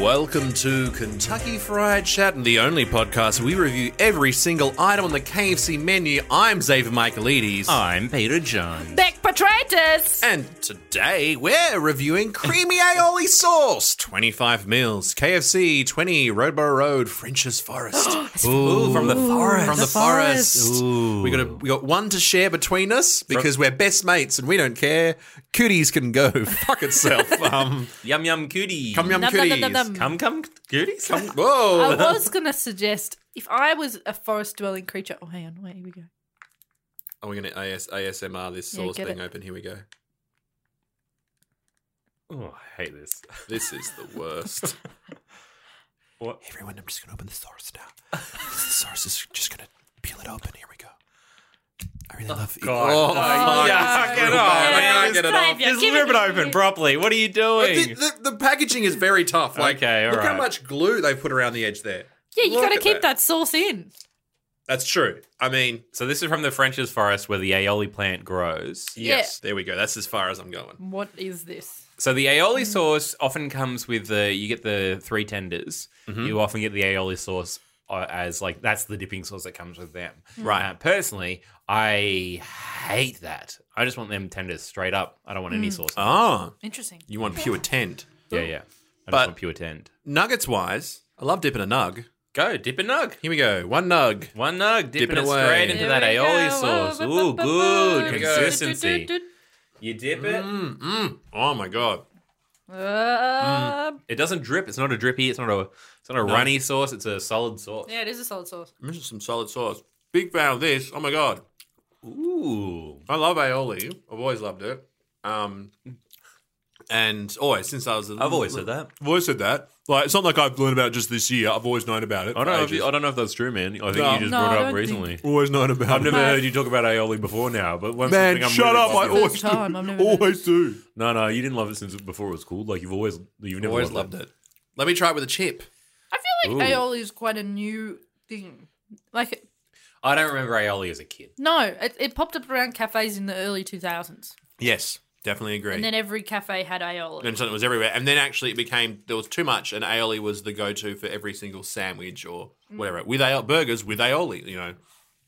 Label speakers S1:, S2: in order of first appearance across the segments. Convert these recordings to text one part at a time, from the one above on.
S1: Welcome to Kentucky Fried Chat, the only podcast we review every single item on the KFC menu. I'm Xavier Michaelides.
S2: I'm Peter Jones.
S3: Beck Patritis!
S1: And today we're reviewing creamy aioli sauce, 25 mils, KFC 20, Roadborough Road, French's Forest.
S2: Ooh, from the forest.
S1: From the,
S2: The
S1: forest.
S2: forest. Ooh.
S1: We got a, we got one to share between us because we're best mates and we don't care. Cooties can go fuck itself. um,
S2: Yum yum cootie.
S1: come yum
S3: Nom, nom, nom, nom,
S1: cooties.
S3: nom.
S2: Come come cooties. Come.
S1: Whoa.
S3: I was going to suggest if I was a forest dwelling creature. Oh, hang on. Wait, here we go.
S1: Are we going to AS- ASMR this
S3: Yeah,
S1: sauce
S3: get
S1: being
S3: it.
S1: open? Here we go.
S2: Oh, I hate this.
S1: This is the worst.
S2: What?
S1: Everyone, I'm just going to open the sauce now. the sauce is just going to peel it open. Here we go. I really love it.
S2: God.
S1: Oh,
S2: Oh,
S1: my God.
S2: yeah, get it off.
S1: I can't
S2: Yeah,
S1: get it
S3: it's
S1: off.
S3: Yeah,
S2: Just
S3: give
S2: rip it
S3: it-
S2: open properly. What are you doing?
S1: The, the, the packaging is very tough. Like,
S2: Okay, all
S1: look how
S2: right.
S1: much glue they've put around the edge there.
S3: Yeah, you
S1: Look
S3: got to
S1: at
S3: keep that. sauce in.
S1: That's true. I mean,
S2: So this is from the French's forest where the aioli plant grows.
S1: yes, there we go. That's as far as I'm going.
S3: What is this?
S2: So the aioli sauce often comes with the you get the three tenders. You often get the aioli sauce uh, as like that's the dipping sauce that comes with them. Right. Uh, personally, I hate that. I just want them tenders straight up. I don't want any sauce.
S1: Ah,
S3: Interesting.
S1: you want pure tent.
S2: Yeah, yeah. I
S1: But-
S2: just want pure tend.
S1: Nuggets wise, I love dipping a nug.
S2: Go dip a nug.
S1: Here we go. One nug.
S2: One nug, dipping
S1: it
S2: it,
S1: away.
S2: straight into
S3: There
S2: that
S3: we go.
S2: aioli
S3: Whoa,
S2: sauce.
S3: bu-
S2: Ooh,
S3: bu- bu-
S2: good
S3: bu-
S1: we go.
S2: consistency.
S3: du- du-
S2: You dip it.
S1: Mm, mm. Oh my god.
S3: du-
S2: Mm.
S3: Uh,
S2: It doesn't drip. It's not a drippy. It's not a. It's not a runny sauce. It's a solid sauce.
S3: Yeah, it is a solid sauce.
S1: This is some solid sauce. Big fan of this. Oh my god.
S2: Ooh.
S1: I love aioli. I've always loved it. Um, and always since I was, a,
S2: I've always said that.
S1: I've always said that. Like it's not like I've learned about it just this year. I've always known about it.
S2: I
S1: for
S2: don't, know if
S1: ages.
S2: you, I don't know if that's true, man. I think
S1: No.
S2: you just
S3: No,
S2: brought
S3: I
S2: it
S3: don't
S2: up recently.
S1: always known about.
S2: I've never
S3: No.
S2: heard you talk about aioli before now, but once
S1: Man,
S2: something I'm
S1: shut
S2: really
S1: up! I
S2: popular-
S3: First
S1: always
S3: time, I've
S1: do.
S3: never
S1: Always do.
S2: No, no, you didn't love it since before it was cool. Like you've always, you've never
S1: Always loved it. Let me try it with a chip.
S3: I feel like
S2: Ooh.
S3: aioli is quite a new thing. Like,
S2: I don't remember aioli as a kid.
S3: no, it, it popped up around cafes in the early 2000s.
S1: Yes, definitely agree.
S3: And then every cafe had aioli.
S1: and so it was everywhere. And then actually, it became there was too much, and aioli was the go-to for every single sandwich or whatever with aioli, burgers with aioli. You know,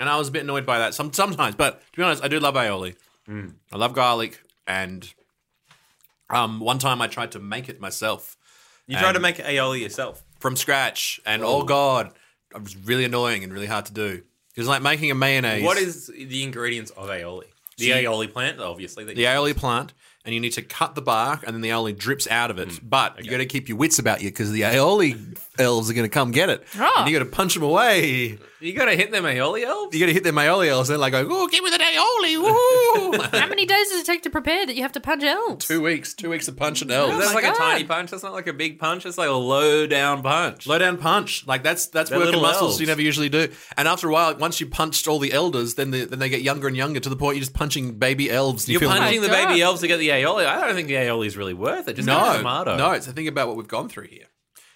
S1: and I was a bit annoyed by that some, sometimes. But to be honest, I do love aioli.
S2: Mm.
S1: I love garlic, and um, one time I tried to make it myself
S2: You
S1: tried to
S2: make aioli yourself.
S1: from scratch, and oh, god, it was really annoying and really hard to do. It was like making a mayonnaise.
S2: What is the ingredients of aioli? The aioli plant, obviously. That
S1: the
S2: you-
S1: aioli plant? And you need to cut the bark, and then the aioli drips out of it. But you got to keep your wits about you because the aioli elves are going to come get it,
S3: Ah.
S1: and you got to punch them away.
S2: you gotta hit them aioli elves.
S1: You got to hit their aioli elves. They're like, "Oh, give me the aioli!" Woo!
S3: How many days does it take to prepare that you have to punch elves?
S1: two weeks, two weeks of punching
S3: Oh
S1: elves.
S2: that's
S3: my
S2: like
S3: God.
S2: a tiny punch. That's not like a big punch. It's like a low down punch.
S1: Low down punch, like that's that's
S2: They're
S1: working
S2: little
S1: muscles
S2: elves.
S1: you never usually do. And after a while, once you punched all the elders, then the, then they get younger and younger to the point you're just punching baby elves. and
S2: You're
S1: feel like-
S2: punching
S3: Oh
S2: the
S3: my
S2: baby
S3: God.
S2: elves to get the aioli. I don't think the aioli is really worth it. Just no,
S1: no,
S2: a tomato.
S1: no. It's the thing about what we've gone through here.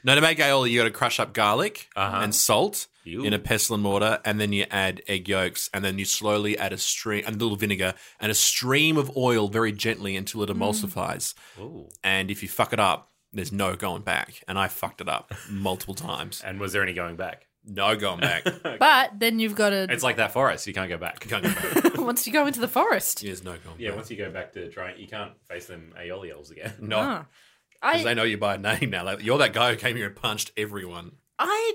S1: No, to make aioli, you got to crush up garlic
S2: Uh-huh.
S1: and salt
S2: Ew.
S1: in a pestle and mortar, and then you add egg yolks, and then you slowly add a stream, a little vinegar, and a stream of oil very gently until
S2: Mm.
S1: it emulsifies.
S2: Ooh.
S1: and if you fuck it up, there's no going back. And I fucked it up multiple times.
S2: And was there any going back?
S1: No going back.
S3: But then you've got to,
S2: It's like that forest. You can't go back.
S1: Can't go back.
S3: once you go into the forest.
S1: There's no going
S2: Yeah,
S1: back.
S2: once you go back to trying, you can't face them aioli elves again.
S1: No,
S3: Ah.
S1: 'cause
S3: I,
S1: they know you by name now. Like, you're that guy who came here and punched everyone.
S3: I,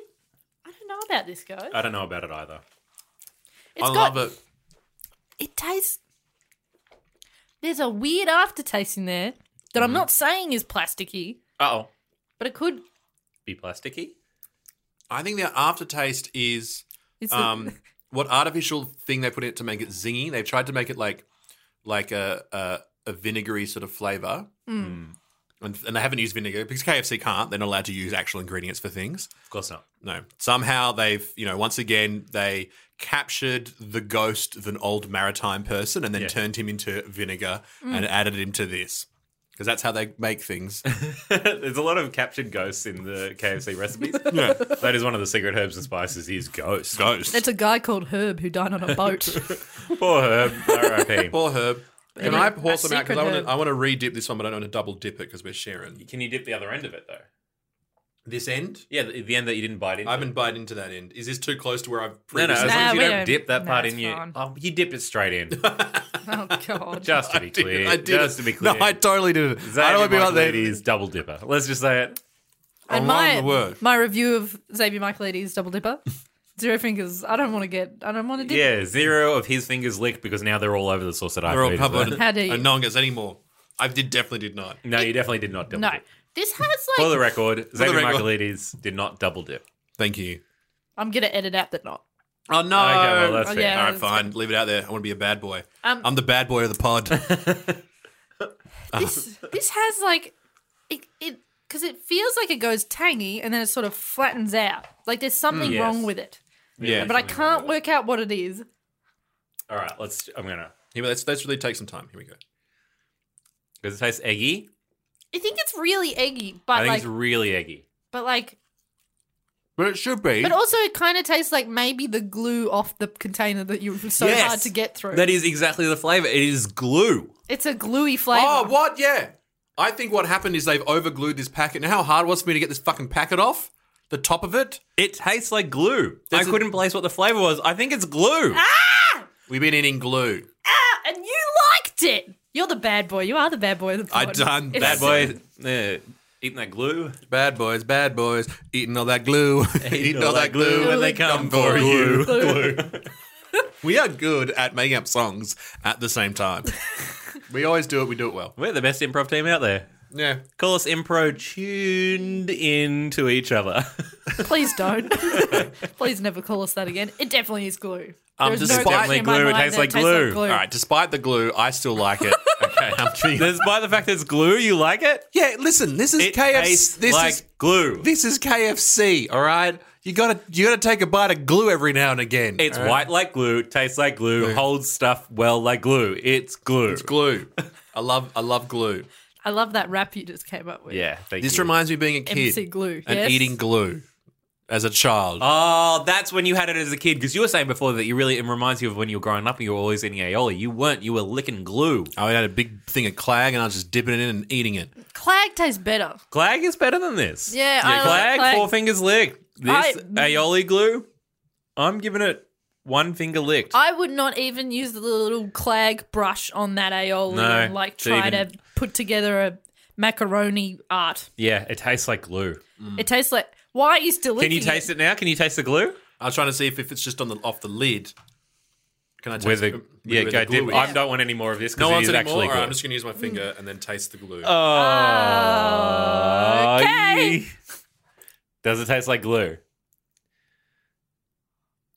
S3: I don't know about this, guys.
S2: I don't know about it either.
S3: It's
S1: I
S3: got,
S1: love it.
S3: It tastes. There's a weird aftertaste in there that
S1: Mm-hmm.
S3: I'm not saying is plasticky,
S2: Uh oh.
S3: but it could.
S2: Be plasticky?
S1: I think the aftertaste is
S3: It's
S1: um, what artificial thing they put in it to make it zingy. They've tried to make it like like a a, a vinegary sort of flavor.
S3: Mm.
S1: And, and they haven't used vinegar because KFC can't. They're not allowed to use actual ingredients for things.
S2: Of course not.
S1: No. Somehow they've, you know, once again they captured the ghost of an old maritime person and then
S2: Yeah.
S1: turned him into vinegar
S3: Mm.
S1: and added him to this. Because that's how they make things.
S2: There's a lot of captured ghosts in the KFC recipes.
S1: Yeah.
S2: That is one of the secret herbs and spices is ghosts.
S1: Ghost.
S3: it's a guy called Herb who died on a boat.
S2: Poor herb. R.I.P.
S1: Poor herb. Can
S3: Yeah.
S1: I pour some out?
S3: secret
S1: Because I want
S3: herb.
S1: to I want to re-dip this one, but I don't want to double dip it because we're sharing.
S2: Can you dip the other end of it though?
S1: This end?
S2: Yeah, the, the end that you didn't bite in.
S1: I haven't bite into that end. Is this too close to where I've
S2: no, no. As
S1: previously?
S2: long as you
S3: we
S2: don't,
S3: don't-
S2: dip that
S3: no,
S2: part
S3: it's
S2: in, you
S3: fine.
S2: oh, you dipped it straight in.
S3: Oh god.
S2: Just to be clear,
S1: I did.
S2: just to be clear,
S1: No, I totally did it.
S2: Xavier
S1: I don't want to be like that.
S2: Michaelides double dipper. Let's just say it.
S3: and
S1: Along
S3: my
S1: the word.
S3: my review of Xavier Michaelides Double Dipper. Zero fingers. I don't want to get. I don't want to dip.
S2: Yeah, zero of his fingers licked because now they're all over the sauce that I've
S1: They're all
S2: made.
S1: covered.
S3: How do you-
S1: And no one gets any more. I did definitely did not.
S2: No, you definitely did not double
S3: No,
S2: dip.
S3: this has like.
S2: For the record, Xavier
S1: record.
S2: Michaelides did not double dip.
S1: Thank you.
S3: I'm gonna edit out that not.
S1: Oh no!
S2: well, that's
S3: Oh,
S2: fair.
S3: yeah.
S1: All right,
S3: that's
S1: fine. Leave it out there. I want to be a bad boy.
S3: Um,
S1: I'm the bad boy of the pod.
S2: Uh-huh.
S3: This this has like it it because it feels like it goes tangy and then it sort of flattens out. Like there's something
S2: Mm, yes.
S3: wrong with it,
S1: yeah,
S3: but I can't work out what it is.
S2: All right, let's. I'm gonna
S1: Here, let's, let's really take some time. Here we go.
S2: because it tastes eggy.
S3: I think it's really eggy,
S2: I
S3: but
S2: think
S3: like
S2: it's really eggy.
S3: but like
S1: But it should be.
S3: but also it kind of tastes like maybe the glue off the container that you were so
S2: Yes.
S3: hard to get through.
S2: That is exactly the flavor. It is glue.
S3: it's a gluey flavor.
S1: oh, what? Yeah. I think what happened is they've overglued this packet. Now, how hard it was for me to get this fucking packet off the top of it?
S2: It tastes like glue.
S1: There's
S2: I
S1: a-
S2: couldn't place what the flavor was. I think it's glue.
S1: We've been eating glue.
S3: Ah, and you liked it. You're the bad boy. You are the bad boy. Of the
S1: I
S3: pod.
S1: done
S2: Bad
S3: It's-
S2: boy, eh, eating that glue.
S1: Bad boys, bad boys, eating all that glue, eating all that glue,
S3: glue.
S1: and they come for you.
S2: glue.
S1: We are good at making up songs at the same time. we always do it. We do it well.
S2: We're the best improv team out there.
S1: Yeah.
S2: Call us impro tuned into each other.
S3: Please don't. Please never call us that again. It definitely is glue.
S1: Um,
S3: There is
S1: despite-
S3: question
S2: Definitely
S3: in my
S2: glue. It
S3: mind
S2: tastes
S3: that
S2: like glue.
S1: All right. Despite the glue, I still like it. okay. I'm being-
S2: Despite the fact that it's glue, you like it?
S1: yeah. Listen. This is
S2: It tastes
S1: KFC. This
S2: like
S1: is
S2: glue.
S1: this is KFC. All right. You gotta you gotta take a bite of glue every now and again.
S2: it's
S1: all right?
S2: white like glue, tastes like glue, holds stuff well like glue. It's glue.
S1: It's glue. I love I love glue.
S3: I love that rap you just came up with.
S2: Yeah, thank
S1: This
S2: you.
S1: reminds me of being a kid
S3: MC glue.
S1: and
S3: yes?
S1: eating glue as a child.
S2: Oh, that's when you had it as a kid because you were saying before that you really it reminds you of when you were growing up and you were always eating aioli. You weren't. You were licking glue.
S1: I had a big thing of clag and I was just dipping it in and eating it.
S3: Clag tastes better.
S2: Clag is better than this.
S3: Yeah, I like
S2: Clag,
S3: Clag.
S2: four fingers licked. This
S3: I-
S2: aioli glue, I'm giving it one finger licked.
S3: I would not even use the little clag brush on that aioli
S2: No,
S3: and like
S2: to
S3: try
S2: even-
S3: to put together a macaroni art.
S2: yeah, it tastes like glue.
S3: It tastes like why are you still
S2: Mm. Can you taste it now? Can you taste the glue?
S1: I was trying to see if, if it's just on the off the lid. Can I taste
S2: With
S1: uh,
S2: the yeah,
S1: where
S2: go
S1: the glue
S2: dip.
S1: is?
S2: I don't want any more of this
S1: No
S2: because it
S1: one's
S2: is
S1: anymore.
S2: actually
S1: All
S2: glue.
S1: right, I'm just gonna use my finger and then taste the glue.
S2: Oh,
S3: Okay.
S2: ye- Does it taste like glue?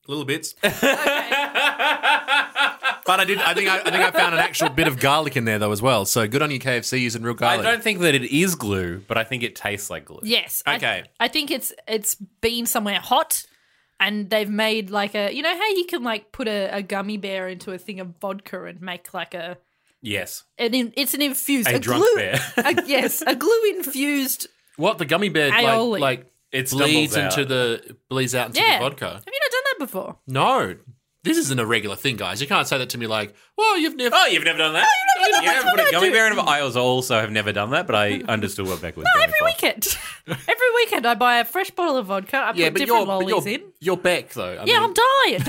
S1: Little bits,
S2: I
S1: but I did. I think I, I think I found an actual bit of garlic in there though as well. So good on you, KFC, using real garlic.
S2: don't think that it is glue, but I think it tastes like glue.
S3: Yes. I-
S1: Okay.
S3: I, think it's it's been somewhere hot and they've made like a you know how you can like put a, a gummy bear into a thing of vodka and make like a
S2: Yes.
S3: an in, it's an infused
S2: A drunk
S3: glue
S2: bear.
S3: a, yes a glue infused
S1: what the gummy bear
S3: like- Aioli. like,
S2: It
S1: bleeds
S2: stumbles out.
S1: into the bleeds out into
S3: yeah
S1: the vodka?
S3: have you not done that before
S1: No, this isn't a regular thing, guys. You can't say that to me like, "Well, you've never."
S2: Oh, you've never done that?
S3: you've never done that.
S2: You
S3: That's
S2: put a
S3: what I
S2: gummy
S3: do.
S2: bear in a. I also also have never done that, but I understood what Beck was doing.
S3: every weekend every weekend I buy a fresh bottle of vodka I put different lollies in
S1: Oh, you're back though. I
S3: yeah I'm dying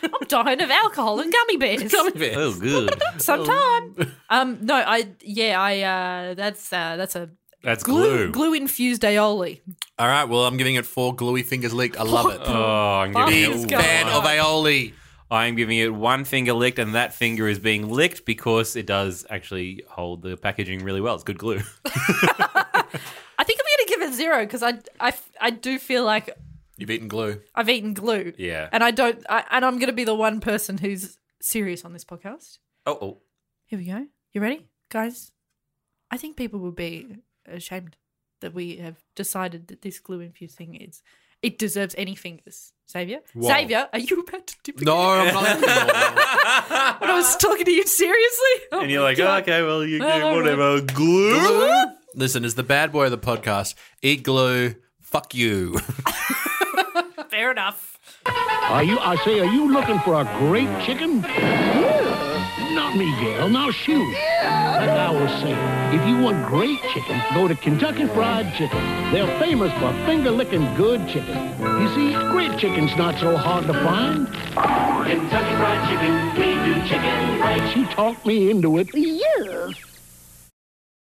S3: I'm dying of alcohol and gummy bears
S2: Oh, good.
S3: sometime um no I yeah I uh that's uh that's a
S2: That's glue.
S3: glue glue infused aioli.
S1: All right, well, I'm giving it four gluey fingers licked. I love it.
S2: Oh, I'm
S3: Big
S2: giving,
S3: Let's
S1: Big
S2: it,
S3: go.
S1: fan
S3: on.
S1: of aioli.
S2: I'm giving it one finger licked, and that finger is being licked because it does actually hold the packaging really well. It's good glue.
S3: I think I'm going to give it zero because I, I, I do feel like
S1: You've eaten glue.
S3: I've eaten glue.
S2: Yeah.
S3: And I don't, I, and I'm going to be the one person who's serious on this podcast.
S2: Oh, oh.
S3: Here we go. You ready, guys? I think people will be ashamed that we have decided that this glue infused thing is, it deserves any fingers. Xavier?
S1: Whoa.
S3: Xavier, are you about to dip again?
S1: No, I'm not.
S3: When I was talking to you seriously? Oh
S2: and you're
S3: my
S2: like,
S3: God.
S2: okay, well, you
S3: All
S2: do
S3: right.
S2: whatever. Glue.
S1: Listen, as the bad boy of the podcast, eat glue. Fuck you.
S3: fair enough.
S4: Are you, I say, are you looking for a great chicken? Not me, Gail. Now shoot. That's our always say it. If you want great chicken, go to Kentucky Fried Chicken. They're famous for finger-licking good chicken. You see, great chicken's not so hard to find.
S5: Kentucky Fried Chicken, we do chicken right.
S4: She talked me into it.
S6: Yes.